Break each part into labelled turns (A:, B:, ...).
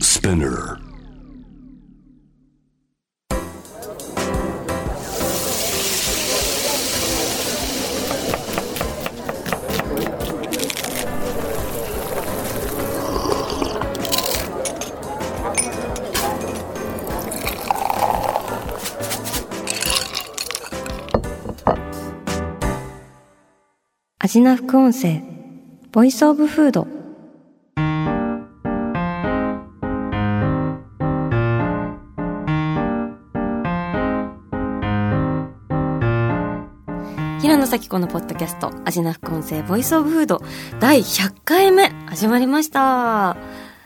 A: Spinner.
B: アジナ副音声、ボイスオブフード。平野咲子のポッドキャスト、アジナ副音声、ボイスオブフード、第100回目、始まりました。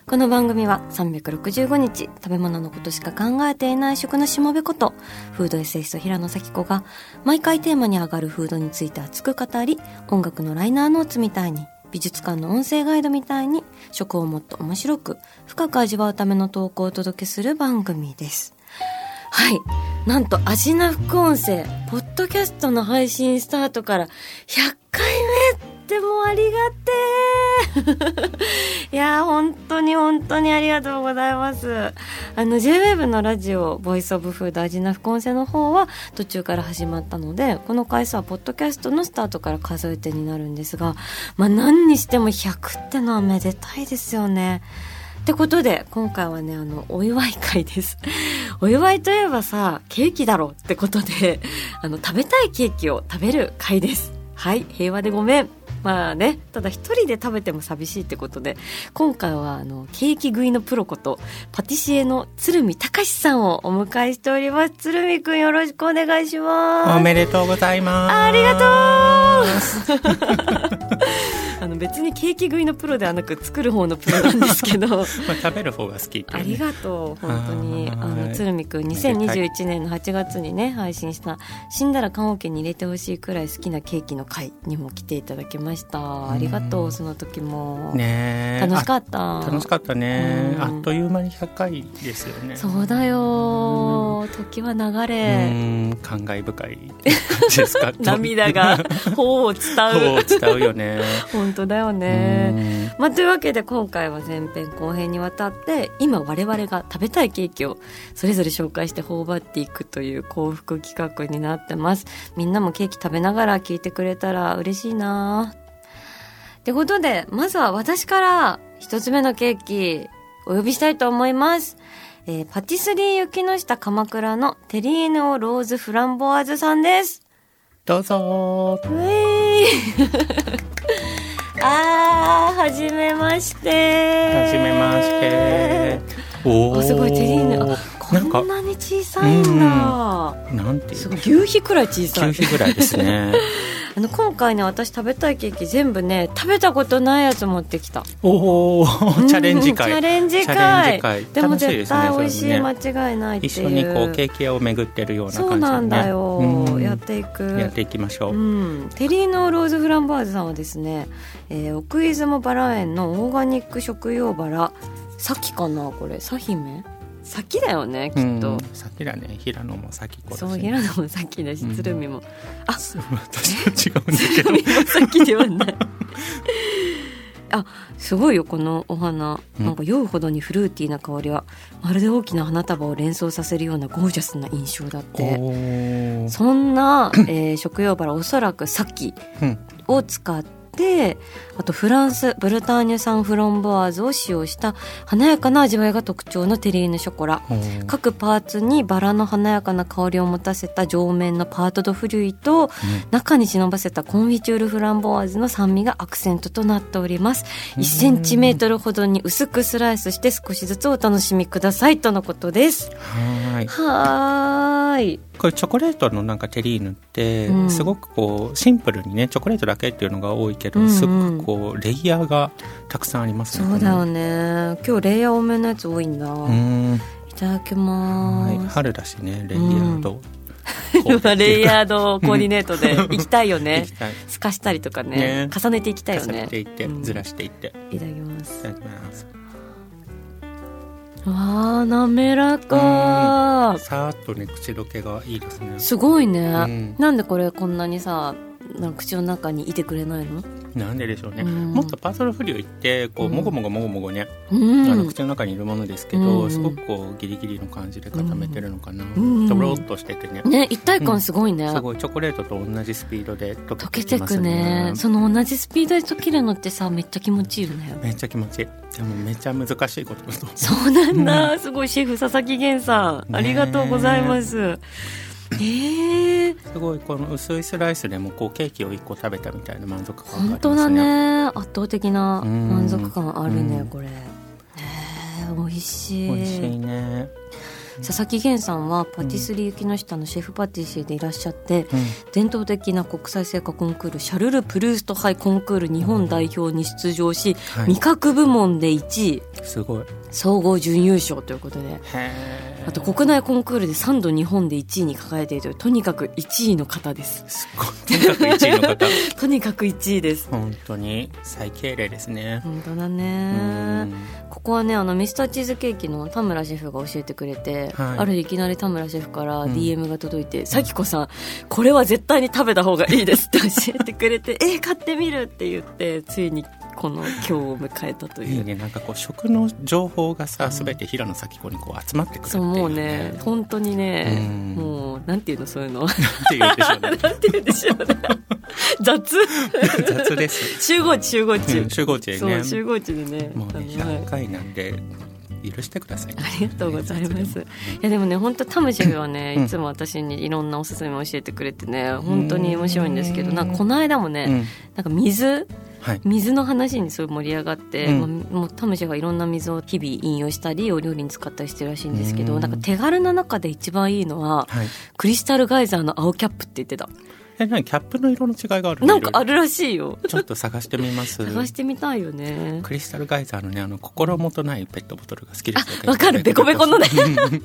B: この番組は365日、食べ物のことしか考えていない食のしもべこと、フードエッセイスト平野咲子が、毎回テーマに上がるフードについて熱く語り、音楽のライナーノーツみたいに、美術館の音声ガイドみたいに、食をもっと面白く、深く味わうための投稿をお届けする番組です。はい。なんと、アジナ副音声、ポッドキャストの配信スタートから100回目ってもうありがてー いやー、本当に本当にありがとうございます。あの、JWAVE のラジオ、ボイスオブフードアジナ副音声の方は途中から始まったので、この回数はポッドキャストのスタートから数えてになるんですが、まあ何にしても100ってのはめでたいですよね。ってことで、今回はね、あの、お祝い会です。 お祝いといえばさ、ケーキだろってことで、 あの、食べたいケーキを食べる会です。はい、平和でごめん。まあね、ただ一人で食べても寂しいってことで、今回はあの、ケーキ食いのプロこと、パティシエの鶴見隆さんをお迎えしております。鶴見くんよろしくお願いします。
C: おめでとうございます。
B: ありがとう
C: う。
B: あの、別にケーキ食いのプロではなく、作る方のプロなんですけど、
C: まあ、食べる方が好きっていうね、
B: ありがとう、本当に。
C: は
B: あ
C: い
B: の、鶴見くん、2021年の8月にね、配信した、死んだら棺桶に入れてほしいくらい好きなケーキの会にも来ていただきました。ありがとう、その時も。
C: ねえ
B: 楽しか
C: っ
B: った。
C: 楽しかったね
B: う。ん
C: あっという間に100回ですよね。
B: そうだよ、時は流
C: う
B: れ、
C: ん、感慨深い感じですか。
B: 涙 が頬を伝。
C: そうう、伝う よね。
B: 本当だよね。まあ、というわけで今回は前編後編にわたって今我々が食べたいケーキをそれぞれ紹介して頬張っていくという幸福企画になってますみんなもケーキ食べながら聞いてくれたら嬉しいなってことでまずは私から一つ目のケーキお呼びしたいと思います、えーパティスリー雪の下鎌倉のテリーヌオローズフランボワーズさんです
C: どうぞ。
B: うえい あーはじめまして
C: はじめまして。お
B: あすごいテリーヌあこ
C: なんか
B: んなに小さいんだ、
C: なんてい
B: す
C: う
B: ご
C: の
B: い。牛皮くらい小さ
C: 9
B: い
C: 日ぐらいで すね。
B: あの今回ね私食べたいケーキ全部ね食べたことないやつ持ってきた
C: おお、チャレンジ
B: うんチャ
C: 会。
B: レンジ会
C: チャレンジ会
B: でも
C: 楽しいで
B: 絶
C: すね
B: 対
C: それも
B: 美
C: ね
B: 味しい間違いないっていう
C: 一緒にこうケーキ屋を巡ってるような感じ、ね、
B: そうなんだよ、
C: うん
B: やっていく
C: やっていきましょう、
B: うん、テリーノ・ローズ・フランバーズさんはですね、えー奥出雲バラ園のオーガニック食用バラサキかなこれサヒメサキだよねきっと、
C: うん先だね平野も先子だし
B: そう平野もサキだし
C: うん
B: 鶴見も、
C: 私と違うんだけ ど
B: 鶴見もサキではないあすごいよこのお花、
C: うん
B: なんか酔うほどにフルーティーな香りはまるで大きな花束を連想させるようなゴージャスな印象だって
C: おー
B: そんな、えー食用バラおそらくサキ
C: うん
B: を使ってあとフランスブルターニュ産フロンボワーズを使用した華やかな味わいが特徴のテリーヌショコラ
C: おー
B: 各パーツにバラの華やかな香りを持たせた上面のパート・ド・フリュイと中に忍ばせたコンフィチュール・フランボワーズの酸味がアクセントとなっております1センチメートルほどに薄くスライスして少しずつお楽しみくださいとのことです
C: はーい
B: はーい
C: これチョコレートのなんかテリーヌって、
B: うん
C: すごくこうシンプルにねチョコレートだけっていうのが多いけど、
B: うんうん
C: すごくこうレイヤーがたくさんあります
B: そうだよ
C: ね
B: ね今日レイヤー多めのやつ多いんだ、
C: これね
B: いただき
C: うん
B: ま
C: は
B: ー
C: い
B: す、
C: 春だしねレイヤーと、 こう
B: レイヤードコーディネートで行きたいよね
C: 行きたい
B: 透かしたりとかね
C: ね
B: 重ねていきたいよ
C: 重ね
B: ね
C: ていって、
B: うん
C: ずらしていって
B: いただきま
C: い
B: す
C: ただきます
B: わあ滑らか
C: さーっとね口どけがいいですね
B: すごいね、
C: うん
B: なんでこれこんなにさなんか口の中にいてくれないの
C: なんででしょうね、
B: うん
C: もっとパーソルフリオってこう
B: うん
C: もごもごもごもごね、
B: うん
C: あの口の中にいるものですけど、
B: うん
C: すごくこうギリギリの感じで固めてるのかな、
B: ん
C: とろっとしててね、
B: ね一体感すごいね、
C: すごいチョコレートと同じスピードで溶
B: 溶け
C: けて
B: て
C: きま
B: く
C: す
B: ね
C: ね
B: その同じスピードで溶けるのってさめっちゃ気持ちいいよね
C: めっちゃ気持ちいいでもめちゃ難しいことだと思う
B: そうなんだ、すごいシェフ佐々木源さん、
C: ね
B: ありがとうございますえー、
C: すごいこの薄いスライスでもこうケーキを一個食べたみたいな満足感がありますね
B: 本当だね圧倒的な
C: うん
B: 満足感あるね、
C: うん
B: これえー、美味しい
C: 美味しいね、
B: 佐々木源さんはパティスリー雪の下のシェフパティシエでいらっしゃって、
C: うん
B: 伝統的な国際成果コンクールシャルル・プルースト杯コンクール日本代表に出場し、
C: はい
B: 味覚部門で1位
C: すごい
B: 総合準優勝ということで
C: へえ
B: あと国内コンクールで3度日本で1位に輝いているというとにかく1位の方 です
C: すごいとにかく1位の方
B: とにかく1位です
C: 本当に最敬礼ですね
B: 本当だ
C: う
B: ね
C: ん
B: ここはねあのミスターチーズケーキの田村シェフが教えてくれて、
C: はい
B: ある日いきなり田村シェフから
C: うん
B: DM が届いて「咲、子さんこれは絶対に食べた方がいいです」って教えてくれて「 えー買ってみる」って言ってついにこの今日を迎えたとい
C: いういねなんかこう食の情報がさすべて平野咲子にこう集まってくるって
B: そ
C: いうう
B: もうね本当にね、
C: うん
B: もうなんていうの そういうの
C: って言うでしょうね
B: なんていうんでしょうね 雑
C: 雑です、
B: 集合地集合地、
C: うん、 集合地
B: そう
C: ね
B: 集合地でね
C: もうね
B: あのはい
C: 100回なんで許してください、
B: ありがとうございます。
C: う
B: い
C: ん
B: やでもね本当タムシェフはね、
C: うん
B: いつも私にいろんなおすすめを教えてくれてね本当に面白いんですけどなんかこの間もね、なんか水
C: はい
B: 水の話にすごい盛り上がって、
C: うん
B: もうもうタムシェフはいろんな水を日々飲用したりお料理に使ったりしてるらしいんですけど、
C: うん
B: なんか手軽な中で一番いいのは
C: はい
B: クリスタルガイザーの青キャップって言ってた
C: え何キャップの色の違いがあるの
B: なんかあ
C: いろい
B: るらしいよ
C: ろちょっと探してみます
B: 探してみたいよね
C: クリスタルガイザーのねあの心もとないペットボトルが好きですよ
B: あわかるベコベコのね
C: うん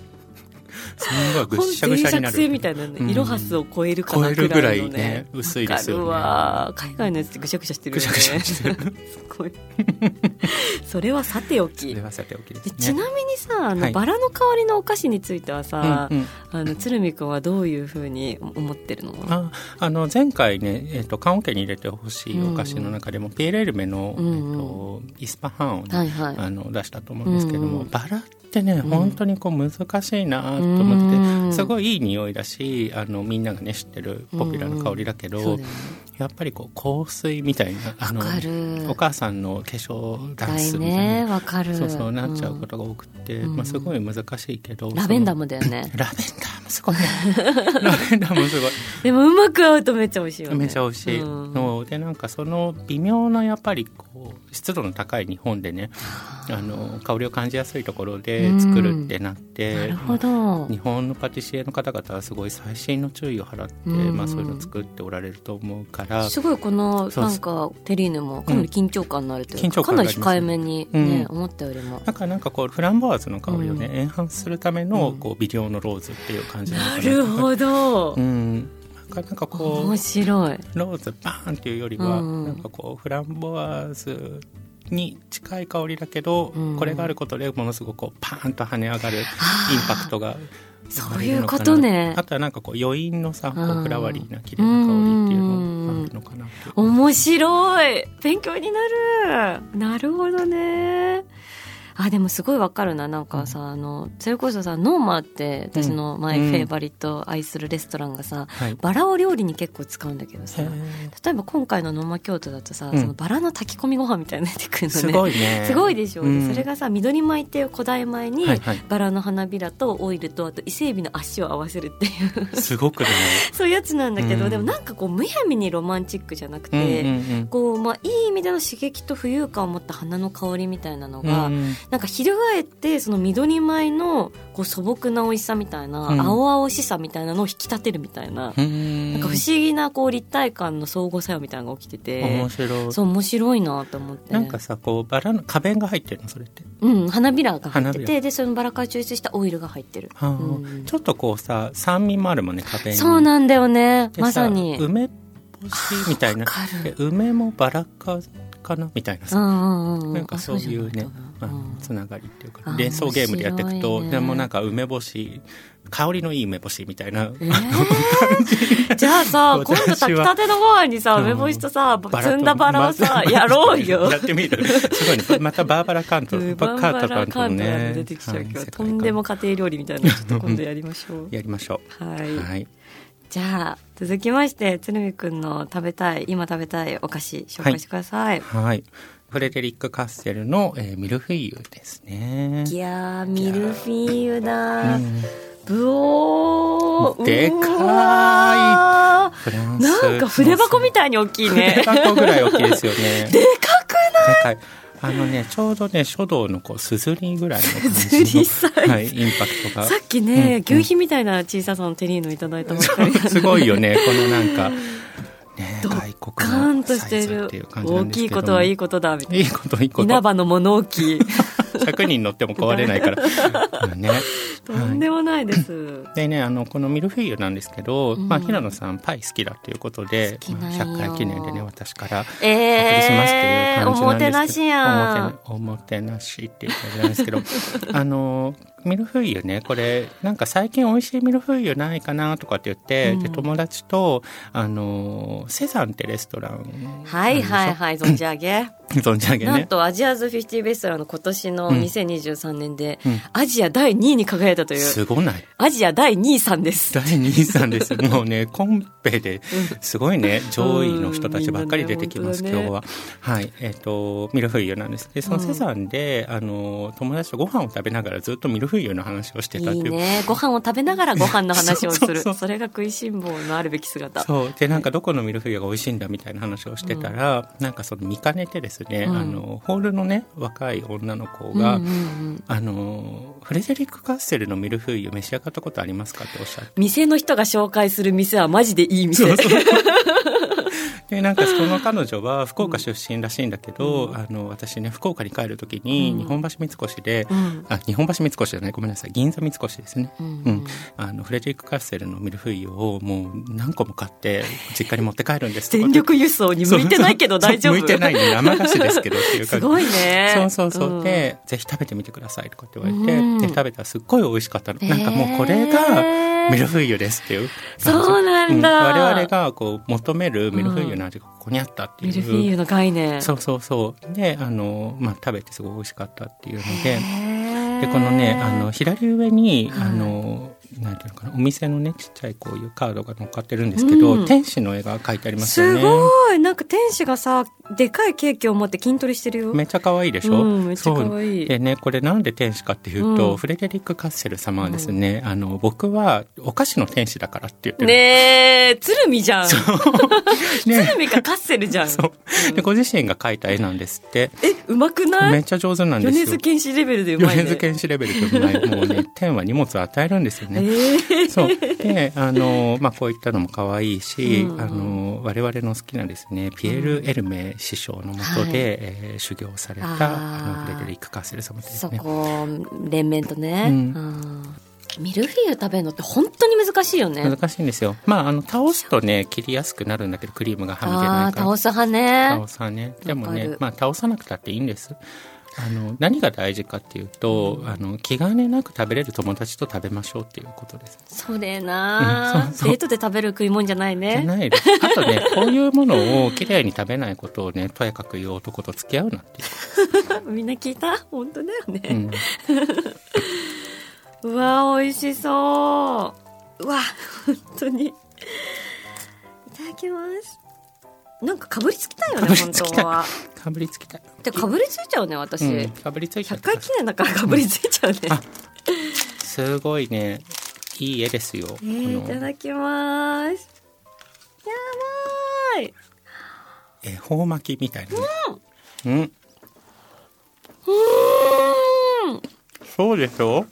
C: すんごいぐっ
B: 本
C: しゃぐしゃに
B: 電
C: な
B: 車
C: る
B: みたいなね、
C: うん
B: 色はすを超えるかな
C: 超える
B: ぐ
C: ぐ
B: ら
C: ら
B: いの
C: い
B: ね
C: ね薄いですよね
B: わかるわ海外のやつってぐしゃぐしゃしてるよね
C: ぐしゃぐしゃして
B: すごい それはさておき
C: それ
B: で
C: はさておきで
B: ち
C: すね
B: なみにさあの、
C: はい
B: バラの香りのお菓子についてはさ、
C: うんうん
B: あの鶴見くんはどういうふうに思ってるの
C: ああの前回ね、えっと缶桶に入れてほしいお菓子の中でも、ピエールエルメの、
B: うん
C: えっとイスパハンをね、
B: はいはい
C: あの出したと思うんですけども、
B: うんうん
C: バラってね
B: ん
C: 本当にこう難しいなと思って、
B: うん
C: すごいいい匂いだしあのみんながね知ってるポピュラーな香りだけど、
B: そうだよね
C: やっぱりこう香水みたいなあの
B: わかる
C: お母さんの化粧ダン
B: だ
C: ス
B: い
C: みたいな、
B: ねわかる
C: そうそうなっちゃうこ
B: ん
C: とが多くて、
B: うん
C: まあ、すごい難しいけど
B: ラベンダー
C: も
B: もだよね
C: ラベンダーもす ごいねラベンダーもすごい
B: でもうまく合うとめっちゃ美味しいよね
C: めちゃ美味しい、
B: うん
C: そうでなんかその微妙なやっぱりこう湿度の高い日本でねあの香りを感じやすいところで作るってなって、
B: なるほど
C: 日本のパティシエの方々はすごい細心の注意を払って、
B: うん
C: まあ、そういうのを作っておられると思うから
B: すごいこの
C: そう
B: な
C: で
B: ん
C: す
B: かテリーヌもかなり緊張感のあるというか、
C: 緊張
B: か
C: 感
B: な
C: が
B: り
C: あります
B: 控
C: ね
B: えめにね、
C: う
B: 思ったよりも。
C: なんかなんかこうフランボワーズの香りをね、
B: う
C: エンハンスするための
B: うん
C: こう微量のローズっていう感じなのか
B: な
C: な
B: るほど、
C: うん、なんかなんかこ
B: 面白い。
C: うローズバーンっていうよりは、
B: うん
C: なんかこうフランボワーズに近い香りだけど、
B: うん
C: これがあることでものすごくこうパーンと跳ね上がるインパクトが生ま
B: そう
C: れ
B: い
C: る
B: う
C: のかな
B: ことね
C: あ。とはなんかこう余韻のさこ
B: うん
C: うフラワリーな綺麗な香りっていうのがあるのかなって
B: 面白い勉強になるなるほどね。あでもすごいわかるななんかさ、あのそれこそさノーマーって私のマイ
C: うん
B: フェイバリット愛するレストランがさ、
C: はい
B: バラを料理に結構使うんだけどさ
C: へー
B: 例えば今回の「ノーマ京都」だとさ、
C: うん
B: そのバラの炊き込みご飯みたいになってくるのね
C: すごいね
B: すごいでしょ、
C: うん
B: でそれがさ緑米っていう古代米に、
C: はいはい
B: バラの花びらとオイルとあと伊勢海老の足を合わせるっていう
C: すごくね、
B: そういうやつなんだけど、
C: うん
B: でもなんかこうむやみにロマンチックじゃなく
C: うん
B: て、
C: うん
B: こうまあ、いい意味での刺激と浮遊感を持った花の香りみたいなの
C: うん
B: が、
C: うん
B: なんか翻ってその緑米のこう素朴な美味しさみたいな、
C: うん
B: 青々しさみたいなのを引き立てるみたいな,、
C: うん
B: なんか不思議なこう立体感の相互作用みたいなのが起きてて
C: 面白い
B: そう面白いなと思って。
C: なんかさこうバラの花弁が入ってるのそれって
B: うん、花びらが入って
C: 花び
B: てでそのバラから抽出したオイルが入ってる、
C: あー
B: うん
C: ちょっとこうさ酸味もあるもんね花弁に
B: そうなんだよね
C: でさ
B: まさにうん
C: 梅干しみたいな
B: わかる
C: で梅もバラ科かなみたいな
B: う
C: さ、
B: んうんう
C: なんかそういうね
B: あ
C: あのつながりっていう
B: あ
C: か
B: ー
C: 連想ゲームでやっていく
B: 面白
C: と
B: いね
C: でもなんか梅干し香りのいい梅干しみたいな、
B: え ー、じゃあさ、今
C: 私は
B: 度炊きたてのご飯にさ、
C: うん
B: 梅干しとさ、
C: バラ
B: 摘
C: と
B: んだバラをさ、
C: ま
B: やろうよ
C: 。やってみるすごいねまたバーバラカント
B: うん
C: バ
B: バ
C: ー
B: ン
C: カ
B: バ
C: ータ
B: ラ
C: カント
B: カ
C: の
B: ント
C: ね
B: が出てきちゃうけど、
C: はい。
B: とんでも家庭料理みたいなのちょっと今度やりましょう
C: やりましょ
B: は
C: う
B: い。
C: はい
B: じゃあ、続きまして、鶴見くんの食べたい、今食べたいお菓子、紹介してください。
C: はいフレデリック・カッセルの、えーミルフィーユですね
B: い、やー、ミルフィーユだ
C: う
B: ー。
C: ん
B: ブオー
C: でかいう
B: わ
C: フラン
B: ー
C: ス
B: なんか筆箱みたいに大きいね。
C: 筆箱ぐらい大きいですよ ね
B: でかく
C: でかいあのねちょうどね書道のこうすずりぐらいの感じの
B: すずりサイ ズ
C: はい、インパクトが
B: さっきね、
C: うん
B: 牛皮みたいな小ささのテリーヌいただいたばっかり
C: そうすごいよねこのなんか、ね、
B: ド
C: 外
B: カ
C: 国
B: ーン
C: の
B: とし
C: サイ
B: て
C: ズ
B: る
C: っていう感じな
B: 大
C: んです
B: きい
C: けど
B: ことはいい
C: こ
B: ことだみたい
C: いいこといいこ
B: な
C: と
B: 稲葉の物置
C: 100人乗っても壊れないからね
B: とんでもないです、
C: でねあのこのミルフィーユなんですけど、
B: うん
C: まあ、平野さんパイ好きだということで
B: 好きなんよ
C: 100回記念でね私から
B: え
C: お送りしますっていう
B: えー、
C: 感
B: お
C: じな
B: も
C: んですけど、
B: てなしやん
C: おもておもてなしっていう感じなんです けどあのミルフィーユねこれなんか最近美味しいミルフィーユないかなとかって言って、
B: うん
C: で友達とあのセザンってレストラン
B: はいはいはい存じ上げ、
C: 存じ上げ
B: なん
C: ね
B: とアジアズ50ベストランの今年の
C: うん
B: 2023年で、
C: うん
B: アジア第2位に輝いたという
C: すごない
B: アジア第2位さんです
C: 第2位さんです もうねコンペですごいね上位の人たちばっかり出てきます、
B: うん
C: 今日ははいえっ、とミルフィーユなんですでそのセザンで、あの友達とご飯を食べながらずっとミルフィーユの話をして
B: い
C: たって
B: い
C: いう
B: ねご飯を食べながらご飯の話をす
C: そう
B: る
C: そう
B: そ
C: そう
B: れが食いしん坊のあるべき姿
C: そうでなんかどこのミルフィーユが美味しいんだみたいな話をしてたら、なんかその見かねてですね、
B: うん
C: あのホールのね若い女の子が、
B: うんうんうん
C: あのフレデリック・カッセルのミルフィーユ召し上がったことありますかっておっしゃって
B: 店の人が紹介する店はマジでいい店。
C: でなんかその彼女は福岡出身らしいんだけど、あの私ね福岡に帰る時に
B: うん
C: 日本橋三越で、
B: うん
C: あ日本橋三越じゃないごめんなさい銀座三越ですね、
B: うん
C: うんあのフレデリック・カッセルのミルフィーユをもう何個も買って実家に持って帰るんですとかっ
B: 全
C: て
B: 力輸送に向いてないけど
C: そう
B: 大丈夫。
C: 向いてないね生菓子ですけどっていう
B: す
C: 感 じ
B: ごいね。
C: そうそうそう、
B: ん、
C: でぜひ食べてみてくださいとかって言われて、
B: うん
C: で食べたらすっごい美味しかったの、なんかもうこれが
B: が
C: ミルフィーユですっていう
B: そうなんだ
C: う我々がこう求めるミルフィーユの味がここにあったっていう、
B: ミルフィーユの概念。
C: そうそうそうであの、まあ、食べてすごい美味しかったっていうの
B: へ
C: で
B: ー
C: でこのねあの左上に、
B: はい
C: あのなんていうのかなお店のねちっちゃいこういうカードが乗っかってるんですけど、
B: うん
C: 天使の絵が描いてありますよ
B: す
C: ね
B: ごいなんか天使がさでかいケーキを持って筋トレしてるよ。
C: めっちゃ可愛いでしょ、
B: うんめっちゃ可愛い
C: そうでねこれなんで天使かっていうと、
B: うん
C: フレデリック・カッセル様はですね、あの僕はお菓子の天使だからって言ってる、
B: ねえ鶴見じゃん。鶴
C: ね
B: 見かカッセルじゃん。
C: そうでご自身が描いた絵なんですって
B: えうまくな
C: めっ
B: い？
C: ちゃ上手なんで
B: 米
C: す
B: 津
C: よ
B: 玄師レベルでうまいね。
C: 米津玄師レベルでもないも うね天は荷物を与えるんですよね、
B: ええ
C: そうであの、まあ、こういったのも可愛いし、
B: うん
C: あの我々の好きなですねピエール・エルメ師匠のもとで、
B: はい
C: えー修行された
B: あ
C: あ
B: ー
C: のフレデリック・カッセル様です
B: そ
C: ね
B: こ連綿とね、
C: うん
B: うんミルフィーユ食べるのって本当に難しいよね
C: 難しいんですよ。まあ、あの、倒すとね、切りやすくなるんだけど、クリームがはみ出
B: あ
C: な
B: あー
C: いから。
B: 倒す派
C: 倒
B: ね
C: さね。で
B: わ
C: も
B: か
C: ね
B: る、
C: まあ、倒さなくたっていいんです。あの、何が大事かっていうと、あの、気兼ねなく食べれる友達と食べましょうっていうことです。
B: それな、
C: うんそうそう
B: デートで食べる食い物じゃない
C: じゃ
B: ね
C: ないです。あとね、こういうものをきれいに食べないことをね、とやかく言う男と付き合うなってい
B: みんな聞いた本当だよ
C: う。う
B: ね、
C: ん。
B: うわ美味しそううわ本当にいただきますなんかかぶりつきたいよね
C: かぶり
B: 本
C: つきたい
B: 当は
C: かぶりつきたい。
B: でかぶりついちゃうね私、
C: うん、かぶりついちゃっ
B: 100
C: た
B: 回記念だからかぶりついちゃうね、
C: あすごいね、いい絵ですよ。
B: えー、い
C: こ
B: た
C: の
B: だきますやばい
C: 恵方巻きみたいなね。うん。
B: うーん
C: そうでしょ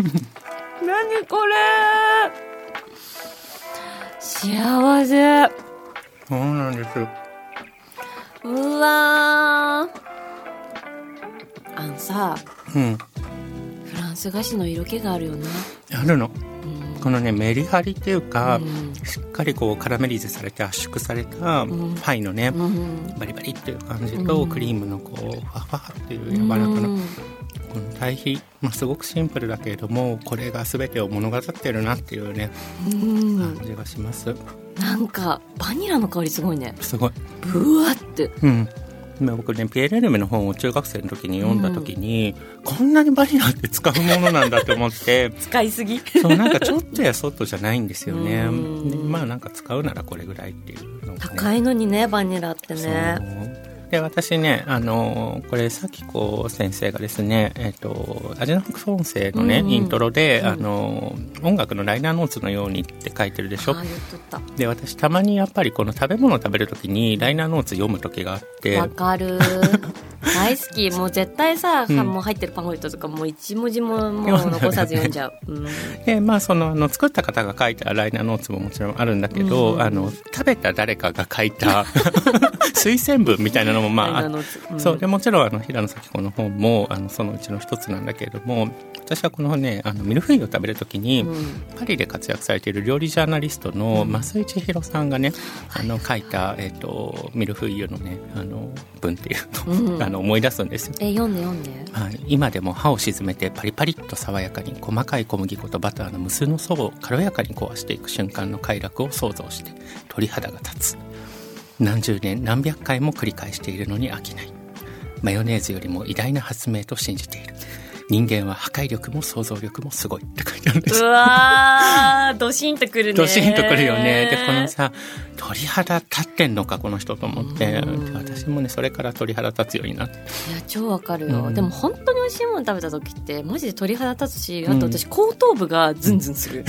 B: 何これ幸せ
C: そうなんです。
B: うわーあのさ
C: うん。
B: フランス菓子の色気があるよな
C: あるの。
B: うん
C: このねメリハリっていうか、
B: うん
C: しっかりこうカラメリゼされて圧縮された
B: ん
C: パイのね、
B: うん
C: バリバリっていう感じと、クリームのこうふわふわっていう柔らかな、
B: うん
C: この対比、まあ、すごくシンプルだけれどもこれが全てを物語ってるなっていうね
B: うん
C: 感じがします
B: なんかバニラの香りすごいね
C: すごい、
B: ぶわって
C: うん、今僕ねピエール・ルメの本を中学生の時に読んだ時に、こんなにバニラって使うものなんだと思って
B: 使いすぎ
C: そうなんかちょっとやそっとじゃないんですよね
B: うん
C: でまあなんか使うならこれぐらいっていうのが、ね、
B: 高いのにねバニラってね
C: そうで私ね、あのーこれ咲子先生がですね、えっとアジナフク音声のね、
B: うんうん
C: イントロで、
B: うん
C: あのー音楽のライナーノーツのようにって書いてるでしょ
B: ああ言っとった
C: で私たまにやっぱりこの食べ物を食べる時にライナーノーツ読む時があって
B: わか る大好きもう絶対さ、
C: うん
B: もう入ってるパンフレットとかもう一文字ももう残さず読んじゃう、うん
C: でまあそのあの作った方が書いたライナーノーツももちろんあるんだけど、
B: うん
C: あの食べた誰かが書い た推薦文みたいなのも まああ
B: ライナーノ
C: っ
B: ーツん
C: そうでもちろんあの平野咲子の本もあのそのうちの一つなんだけれども私はこのねあのミルフィーユを食べるときに、
B: うん
C: パリで活躍されている料理ジャーナリストの増井千尋さんがね、あの書いた、えっとミルフィーユのねあの文っていうのを、
B: うん
C: あの思い出すんですよ。
B: え読んで読んで
C: はい、今でも歯を沈めてパリパリっと爽やかに細かい小麦粉とバターの無数の層を軽やかに壊していく瞬間の快楽を想像して鳥肌が立つ何十年何百回も繰り返しているのに飽きないマヨネーズよりも偉大な発明と信じている人間は破壊力も想像力もすごいって書いてあるんです
B: うわードシンとくるね
C: ドシンとくるよね。で、このさ、鳥肌立ってんのか、この人と思って。
B: うん
C: で私もね、それから鳥肌立つようになって。
B: いや超わかるよ、
C: うん
B: でも本当に美味しいもの食べた時ってマジで鳥肌立つし
C: うん
B: あと私後頭部がズンズンす る、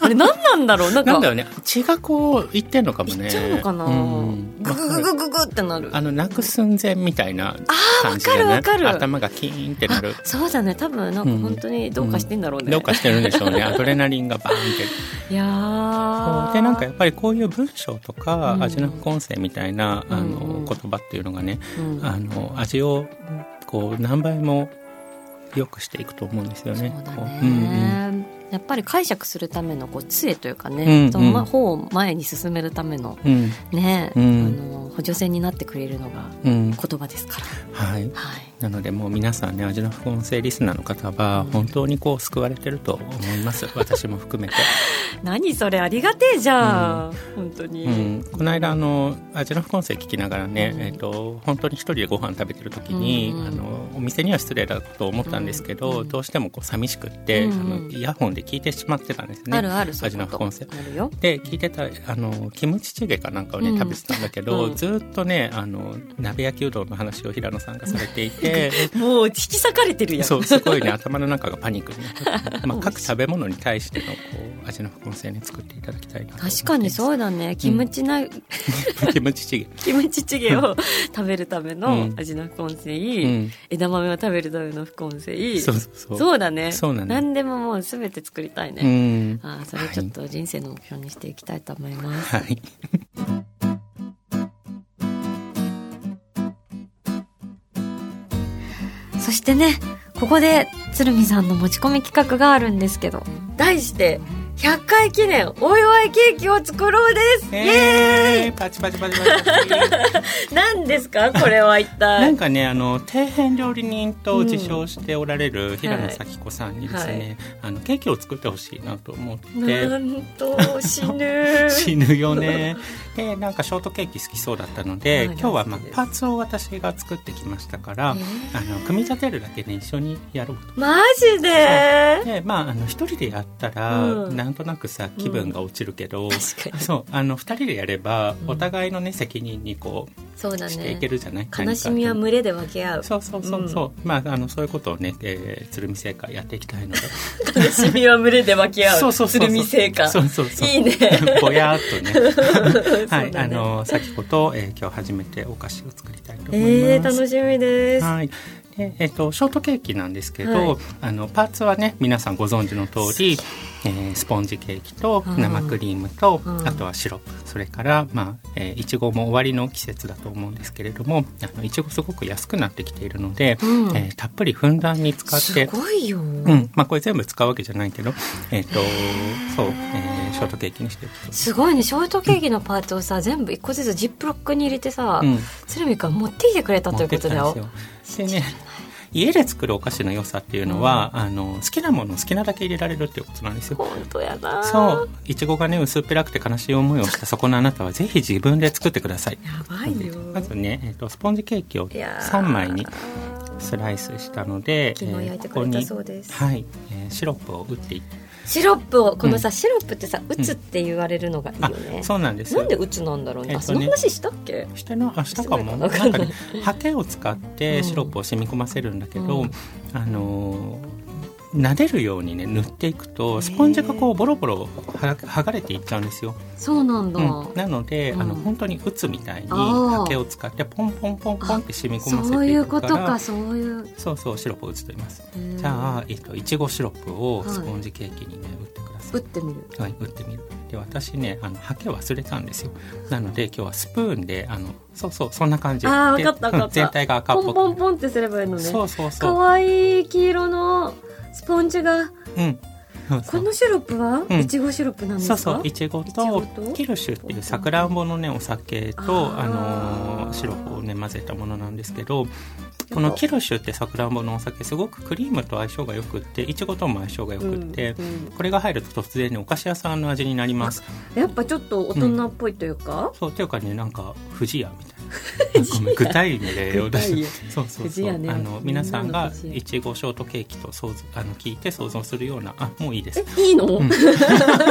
B: あれ何なんだろうなんか
C: なんだよね、血がこう、いってんのかもね。
B: いっちゃうのかな、
C: うん
B: ググググググってなる
C: あの、泣く寸前みたいな感じで、ね。
B: わかるわかる
C: 頭がキーンってなる。
B: そうだね多分なんか
C: うん
B: 本当にどうかしてんだろうね、
C: どうかしてるんでしょうね。アドレナリンがバーンって。
B: いやー
C: で、なんかやっぱりこういう文章とか、
B: うん
C: 味の副音声みたいな、あ
B: うんう
C: の、
B: ん
C: 言葉っていうのがね、
B: うん
C: あの味をこう何倍も良くしていくと思うんですよね。
B: そうだ
C: こ
B: ね、
C: ううん
B: やっぱり解釈するためのこう杖というかね、
C: うんうん
B: そのま方を前に進めるための
C: うん
B: ね、
C: うん
B: あの補助線になってくれるのが
C: うんうん
B: 言葉ですから、
C: はい。
B: はい、
C: なのでもう皆さんね味の副音声リスナーの方は本当にこう救われてると思い ます。私も含めて。
B: 何それありがてえじゃん、本当に、
C: うん、この間あの味の副音声聞きながらね、
B: うん
C: えっと本当に一人でご飯食べてる時に、
B: うんうん
C: あのお店には失礼だと思ったんですけど、
B: うん
C: どうしてもこう寂しくって、
B: うん
C: あのイヤホンで聞いてしまってたんですね。
B: あるあるそうい
C: 味の
B: う
C: 副
B: こ
C: 音声
B: とあるよ
C: で聞いてたあのキムチチゲかなんかをね、
B: うん
C: 食べてたんだけど、
B: うん
C: ずーっとねあの鍋焼きうどんの話を平野さんがされて いて
B: もう引き裂かれてるやん
C: そうすごいね頭の中がパニックに なって、まあ、各食べ物に対してのこう味の副音声に作っていただきたいなと思って
B: 確かにそうだねキムチな、
C: キムチチゲ、
B: キムチチゲを食べるため
C: う
B: の
C: ん
B: 味の副音声、
C: うん、
B: 枝豆を食べるための副音声
C: そうそうそ う
B: そうだね
C: そうなの
B: 何でももう全て作りたいね、
C: うん
B: ああそれちょっと人生の目標にしていきたいと思います、
C: はい
B: そしてねここで鶴見さんの持ち込み企画があるんですけど題して100回記念お祝いケーキを作ろうですイエ
C: えーパチパチパチパチパ チ
B: ーイ何ですかこれは一
C: な
B: 体
C: んかねあの底辺料理人と自称しておられる平野咲子さんにですね、
B: はいは
C: あのケーキを作ってほしいなと思って、
B: なんと 死ぬ
C: 死ぬよねでなんかショートケーキ好きそうだったので、
B: はい
C: 今日は、ま
B: 大好き
C: あ
B: です
C: パーツを私が作ってきましたから、
B: え
C: あの組み立てるだけね一緒にやろうと。
B: マジで
C: でまああの一人でやったら、
B: うん
C: なんとなくさ気分が落ちるけど、
B: 確かに
C: そうあの二人でやれば、
B: うん
C: お互いのね責任にこ
B: そうだ
C: うしていけ
B: ね
C: るじゃない、
B: 悲しみは群れで分け合う
C: そうそうそうそう、まああのそういうことをね、えー、鶴見製菓やっていきたいので
B: 悲しみは群れで分け合
C: そううそうそうそう
B: 鶴見製菓
C: そうそうそう
B: いいね
C: ぼやーっとね は
B: そう
C: い、
B: だ
C: あ
B: ね
C: の先ほど、えー今日初めてお菓子を作りたいと思います。
B: えー、楽しみです
C: はい。でえっとショートケーキなんですけど、
B: はい
C: あのパーツはね皆さんご存知の通り、えースポンジケーキと
B: うん
C: 生クリームと、
B: うん
C: あとはシロップそれからまあえーいちごも終わりの季節だと思うんですけれどもあのいちごすごく安くなってきているので、
B: うん
C: えーたっぷりふんだんに使っ
B: す
C: て
B: ごいよ、
C: うんまあ、これ全部使うわけじゃないけど、えっとそうえーショートケーキにしていく
B: すごいねショートケーキのパーツをさ全部一個ずつジップロックに入れてさ、
C: うん、
B: 鶴見くん持ってきてくれたということだ
C: 持
B: よ
C: ってったんですよでね 家で作るお菓子の良さっていうのは、あの好きなものを好きなだけ入れられるっていうことなんですよ。
B: 本当やな
C: そういちごがね薄っぺらくて悲しい思いをしたそこのあなたはぜひ自分で作ってください。
B: やばいよ
C: まずね、えっとスポンジケーキを
B: いやー
C: 3枚にスライスしたので
B: 昨日
C: えー
B: 焼いてくれたそうです
C: ここに、はいえーシロップを打っていって
B: シロップをこのさ、
C: う
B: シロップってさ「打つ」って言われるのがいいよ
C: あ
B: ね、
C: そうなんですよ
B: なんで「打つ」なんだろうね、
C: えっと
B: あ
C: ね
B: その話したっけ
C: してなあしたか
B: し
C: も
B: て
C: な
B: なんいかな
C: かねハケを使っ
B: うん
C: てシロップを染み込ませるんだけど、
B: うん
C: あのー撫でるようにね塗っていくとスポンジがこうボロボロは剥がれていっちゃうんですよ、
B: そうなんだ、
C: うん、なので、あの
B: うん
C: 本当に打つみたいに
B: あー
C: ハケを使ってポンポンポンポンって染み込ませ
B: そう
C: て
B: い
C: いうく
B: こ
C: か
B: と
C: ら
B: かそういう
C: そうそうシロップを打つと言います
B: うん
C: じゃあ、えっと、いちごシロップを
B: はい
C: スポンジケーキにね、打ってくださ
B: 打っ
C: い
B: てみる
C: はい、打ってみるで私ねあのハケ忘れたんですよなので今日はスプーンであのそうそうそんな感じ
B: あー
C: で
B: わかったわかった
C: うん全体が赤っ
B: ポ
C: ぽ
B: ン
C: く
B: ポンポンってすればいいのね
C: そうそう
B: か
C: そ
B: わいい黄色のスポンジが
C: ううんそう
B: こ
C: そう
B: のシロップは
C: うん
B: いちごシロップなんです
C: そ
B: か
C: うそういちご
B: いちご
C: と
B: と
C: キルシュっていうさくらんぼのねお酒と
B: あー
C: あのーシロップをね混ぜたものなんですけど
B: ぱ
C: このキルシュってさくらんぼのお酒すごくクリームと相性がよくっていちごとも相性がよ
B: うん
C: くって、
B: うん
C: これが入ると突然ねお菓子屋さんの味になります
B: やっぱちょっと大人っぽいというか、
C: そうっていうかねなんか不二家み たいなごめん具体名で例
B: 具
C: を出
B: 体
C: し
B: 名
C: てそうそう
B: 不二
C: そう、
B: 家ね
C: あの皆さん
B: みんなの
C: が
B: 不二家
C: いちごショートケーキと想像あの聞いて想像するようなあもういいです
B: えいいの、
C: うん
B: 結構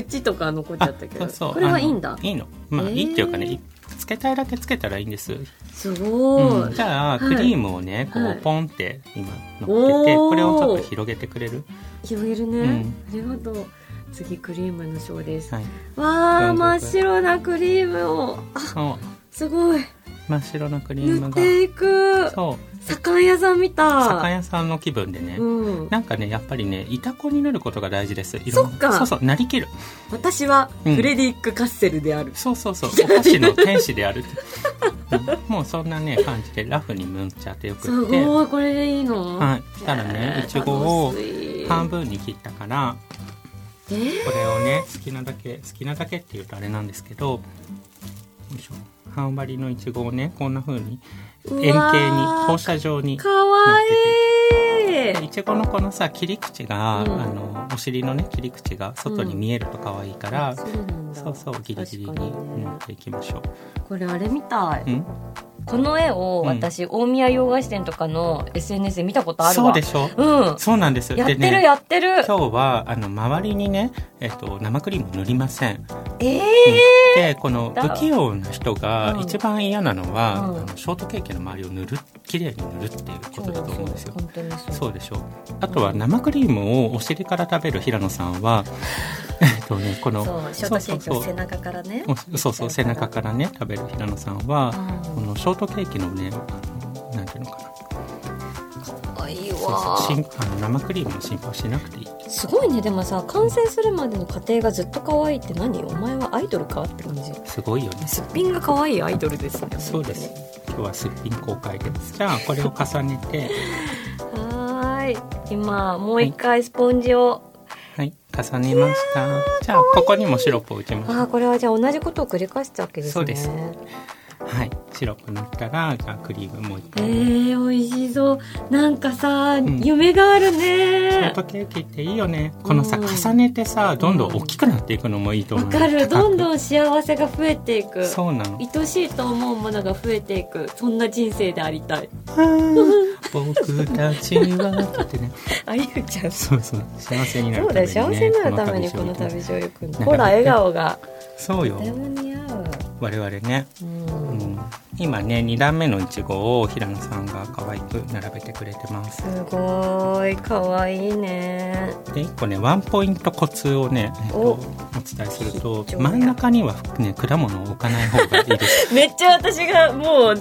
B: 縁とか残っちゃったけど
C: あそうそう
B: これはいいん
C: あ
B: だ
C: のいいのまあ、
B: えー
C: いいっていうかねいつけたいだけつけたらいいんです、
B: すご
C: う
B: い、
C: んじゃ
B: は
C: あ、
B: い
C: クリームをねこ
B: はいう
C: ポンって今乗っけて、
B: おー
C: これをちょっと広げてくれる
B: 広げるね、
C: うん
B: ありがとう次クリームのショーです
C: はい
B: わあ
C: どうぞ
B: 真っ白なクリームをあ
C: そう
B: すごい
C: 真っ白なクリー
B: 塗
C: ム
B: っ
C: が
B: ていく
C: そう
B: 酒屋さんみたい
C: 酒屋さんの気分でね、
B: うん、
C: なんかねやっぱりねいたこになることが大事ですいろん
B: そっか
C: そうそうなりきる
B: 私は
C: うん
B: フレディック・カッセルである、
C: そうそうそうお菓子の天使であるって、うんもうそんなね感じでラフにむんちゃってよく
B: す
C: って
B: ごいこれでいいの、
C: はいしたらねいちごを
B: 楽しい
C: 半分に切ったから
B: えー
C: これをね好きなだけ好きなだけっていうとあれなんですけどよいしょ半割りのいちごをねこんな風に
B: うわー
C: 円形に放射状に
B: かわいい
C: でいちごのこのさ切り口が、
B: うん
C: あのお尻のね切り口が外に見えると可愛いから、
B: そうなんだ
C: そうそうギリギリ
B: 確か
C: に
B: にね
C: 塗っていきましょ、
B: これあれみたいう
C: うん、
B: この絵を
C: うん
B: 私、大宮洋菓子店とかの SNS で見たことある
C: そ
B: わ
C: うでしょ
B: うん
C: そうなんです
B: やって
C: で
B: る
C: ね
B: やってる、
C: 今日はあの周りにね、えっと、生クリーム塗りません、
B: ええ
C: でこの不器用な人が
B: うん
C: 一番嫌なのは、
B: うん
C: あのショートケーキの周りを塗る綺麗に塗るっていうことだと思うんですよ
B: 本当にそう
C: そうでしょうあとは生クリームをお尻から食べる平野さんは えっとねこの
B: そうショートケーキ
C: そ
B: を
C: う
B: 背中からね
C: そうおそうそう背中からね食べる平野さんは、このショートケーキのねあのなんていうのかな
B: あいい
C: そう
B: わ
C: そう心あの生クリームの心配しなくていい
B: すごいねでもさ完成するまでの過程がずっと可愛いって何お前はアイドルかって感じ
C: すごいよね
B: すっぴんが可愛いアイドルですね
C: そうです今日はすっぴん公開ですじゃあこれを重ねて
B: はーい今もう一回スポンジを、
C: はい重ねましたじゃあここにもシロップを打ちまし
B: ああこれはじゃあ同じことを繰り返したわけですね
C: そうですはいシロップ塗ったらじゃあクリームもう一
B: え
C: 回、
B: ー、美味しそうなんかさ、
C: ん
B: 夢がある
C: ショー
B: ね
C: トケーキっていいよねこのさ
B: うん
C: 重ねてさどんどん大きくなっていくのもいいと思
B: わ
C: う
B: かるどん
C: ん
B: どん幸せが増えていく
C: そうなの
B: 愛しいと思うものが増えていくそんな人生でありたい
C: 僕たちはって言ってね
B: あゆうちゃん
C: そうそう幸せにな
B: そ
C: る
B: う
C: ため
B: だよ
C: に
B: 幸
C: ね
B: せになるためにこの
C: 旅
B: 旅女優くん
C: ね
B: ほら笑顔が
C: そう
B: とて
C: よ
B: も似合う、
C: 我々ね
B: うん
C: ううん今ね2段目のいちごを平野さんが可愛く並べてくれてます
B: すごいかわいいね
C: で1個ねワンポイントコツをね、えっと、
B: お
C: お伝えすると
B: 必聴や
C: 真ん中には、ね、果物を置かない方がいいです
B: めっちゃ私がもう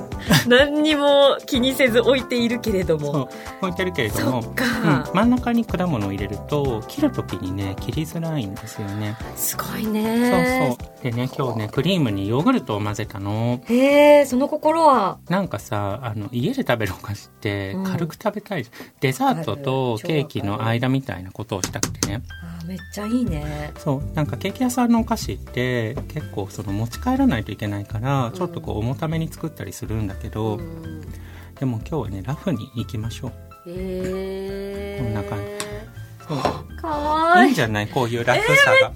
B: 何にも気にせず置いているけれど
C: そ
B: も
C: う置いてるけれど
B: そ
C: も
B: っか
C: うん、真ん中に果物を入れると切る時にね切りづらいんですよね、
B: すごいね
C: そうそうでね今日ねクリームにヨーグルトを混ぜたの
B: へえその心は
C: なんかさあの家で食べるお菓子って
B: うん
C: 軽く食べたい、デザートと
B: わかる
C: ケーキの間みたいなことをしたくてね
B: あーめっちゃいいね
C: そうなんかケーキ屋さんのお菓子って結構その持ち帰らないといけないからちょっとこう重ために作ったりするんだけど、
B: うん
C: でも今日はねラフに行きましょう
B: へえ
C: こんな感そう
B: かわ
C: いい
B: い
C: ん
B: い
C: じゃないこういうラフさが、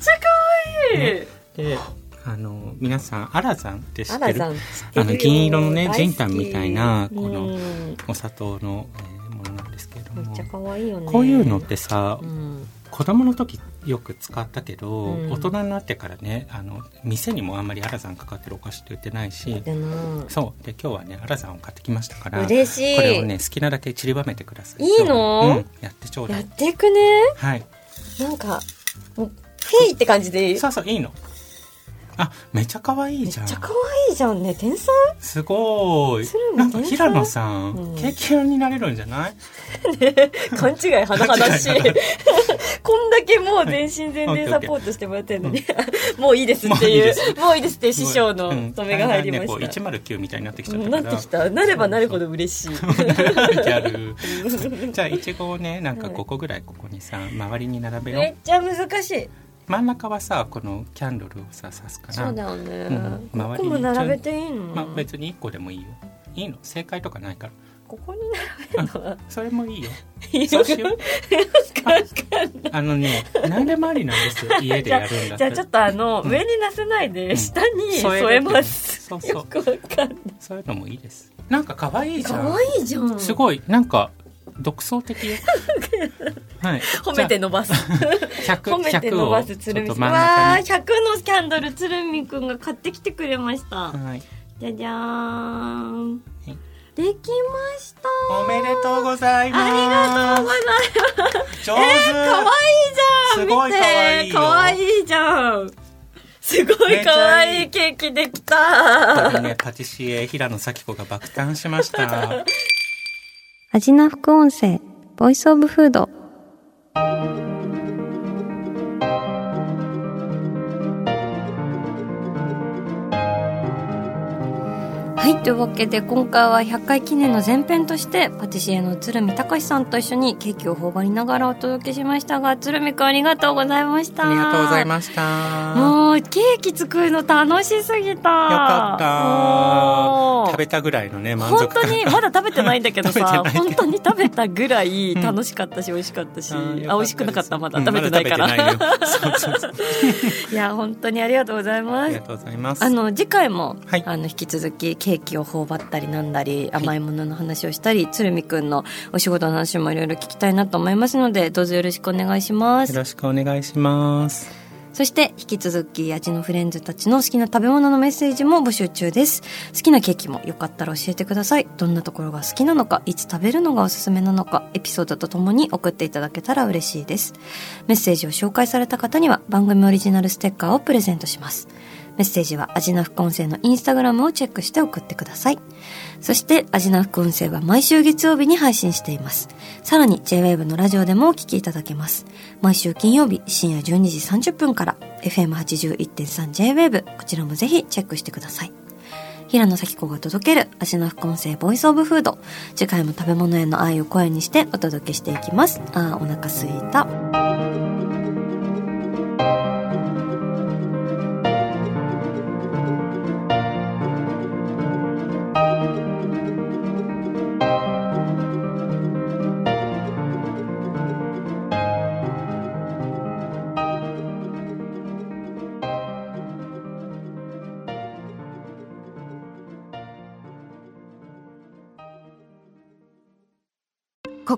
C: ねであの皆さんアラザンって知
B: あ
C: って
B: ら
C: る
B: さん知ってるよ
C: あの銀色の
B: 大
C: ね
B: 好き
C: じんたんみたいなこの
B: うん
C: お砂糖の、えーものなんですけれど
B: めっ
C: も
B: ちゃ可愛いよね
C: こういうのってさ
B: うん
C: 子供の時よく使ったけど、
B: うん
C: 大人になってからねあの店にもあんまりアラザンかかってるお菓子って売ってないし
B: でな
C: そうで今日はねアラザンを買ってきましたからこ
B: 嬉しい
C: れをね好きなだけ散りばめてください
B: いいの
C: うん、やってちょうだ
B: やっ
C: い
B: ていくね
C: はい
B: なんかもうヘイって感じでいい
C: そうそういいのあめちゃ可愛い
B: めっ
C: じ
B: ち
C: ゃん
B: ゃ可愛いじゃんね天才
C: すごい
B: 鶴見
C: なんか
B: 天才
C: 平野さん、
B: うん
C: ケーキ屋になれるんじゃない
B: 勘違いはなはだしい
C: 勘違いはな
B: こんだけもう全身 全霊サポートしてもらってるのに もういいですっていうもういいですっていう師匠の止めが入りま
C: うんだんだんね
B: した
C: こう109みたいになってきちゃっ
B: う
C: た
B: ん
C: か
B: な
C: ら
B: ってきたなればなるほど嬉しい
C: ギャル じゃあいちごをねなんか5個ぐらいここにさ周りに並べよ
B: めっ
C: う
B: ちゃ難しい
C: 真ん中はさこのキャンドルをさ刺すかな
B: そうだよね、
C: うん
B: ここも並べていいの、
C: まあ別に1個でもいいよいいの正解とかないから
B: ここに並べるのは
C: それもい いよそ
B: よ
C: うしよう
B: くわかんない
C: あのね何でもありなんですよ家でやるん だ
B: じゃあちょっとあの、上になせないで
C: ん
B: 下に
C: 添える
B: 添えます、
C: そうそう
B: よくわかんない
C: そういうのもいいですなんか可愛いじゃん
B: 可愛いじゃん
C: すごいなんか独創 的よはい
B: 褒めて伸ばす
C: じゃあ 100
B: 褒めて
C: 100
B: 伸
C: を
B: ば
C: ち
B: す
C: ょっ
B: 鶴見
C: と
B: さん
C: 真ん
B: わ
C: 中
B: あ100のキャンドル鶴見くんが買ってきてくれました、
C: にはい
B: じゃじゃーん
C: はい
B: できました
C: おめでとうございます
B: ありがとうございます
C: 上手、
B: 可愛いじゃん
C: すごい
B: 見て
C: 可愛いよ
B: 可愛いじゃんすご
C: め
B: い
C: っちゃ
B: 可
C: いい
B: 愛いケーキできた
C: ね、パティシエ平野咲子が爆誕し ました。
B: 味な副音声ボイスオブフードはいというわけで今回は100回記念の前編としてパティシエの鶴見隆さんと一緒にケーキを頬張りながらお届けしましたが鶴見くんありがとうございました
C: ありがとうござい
B: す
C: ました。よ
B: もうケーキ作るの楽しすぎたよ
C: かった。食べたぐらいのね、満足
B: 本
C: 感。
B: 当にまだ食べてないんだけどさ
C: 食べてない
B: 本当に食べたぐらい
C: ん
B: 楽しかったし美味しかったし、
C: あーよ
B: あ
C: か
B: 美
C: っ
B: 味しくなかったまだ
C: です
B: 食べてないから、
C: うんまだ食べてないよそうそうそう
B: いや本当にありがとうござい
C: あ
B: ま
C: りが
B: す
C: とうございます。
B: あの次回も、
C: はい
B: あの引き続きケーキを頬張ったりなんだり甘いものの話をしたり、鶴見くんのお仕事の話もいろいろ聞きたいなと思いますのでどうぞよろしくお願いします
C: よろしくお願いします。
B: そして引き続き味のフレンズたちの好きな食べ物のメッセージも募集中です。好きなケーキもよかったら教えてください。どんなところが好きなのか、いつ食べるのがおすすめなのか、エピソードとともに送っていただけたら嬉しいです。メッセージを紹介された方には番組オリジナルステッカーをプレゼントします。メッセージは味な副音声のインスタグラムをチェックして送ってください。そして、アジナ副音声は毎週月曜日に配信しています。さらに、JWAVE のラジオでもお聞きいただけます。毎週金曜日深夜12時30分から、FM81.3JWAVE、こちらもぜひチェックしてください。平野咲子が届ける味の副音声ボイスオブフード。次回も食べ物への愛を声にしてお届けしていきます。あー、お腹すいた。
A: こ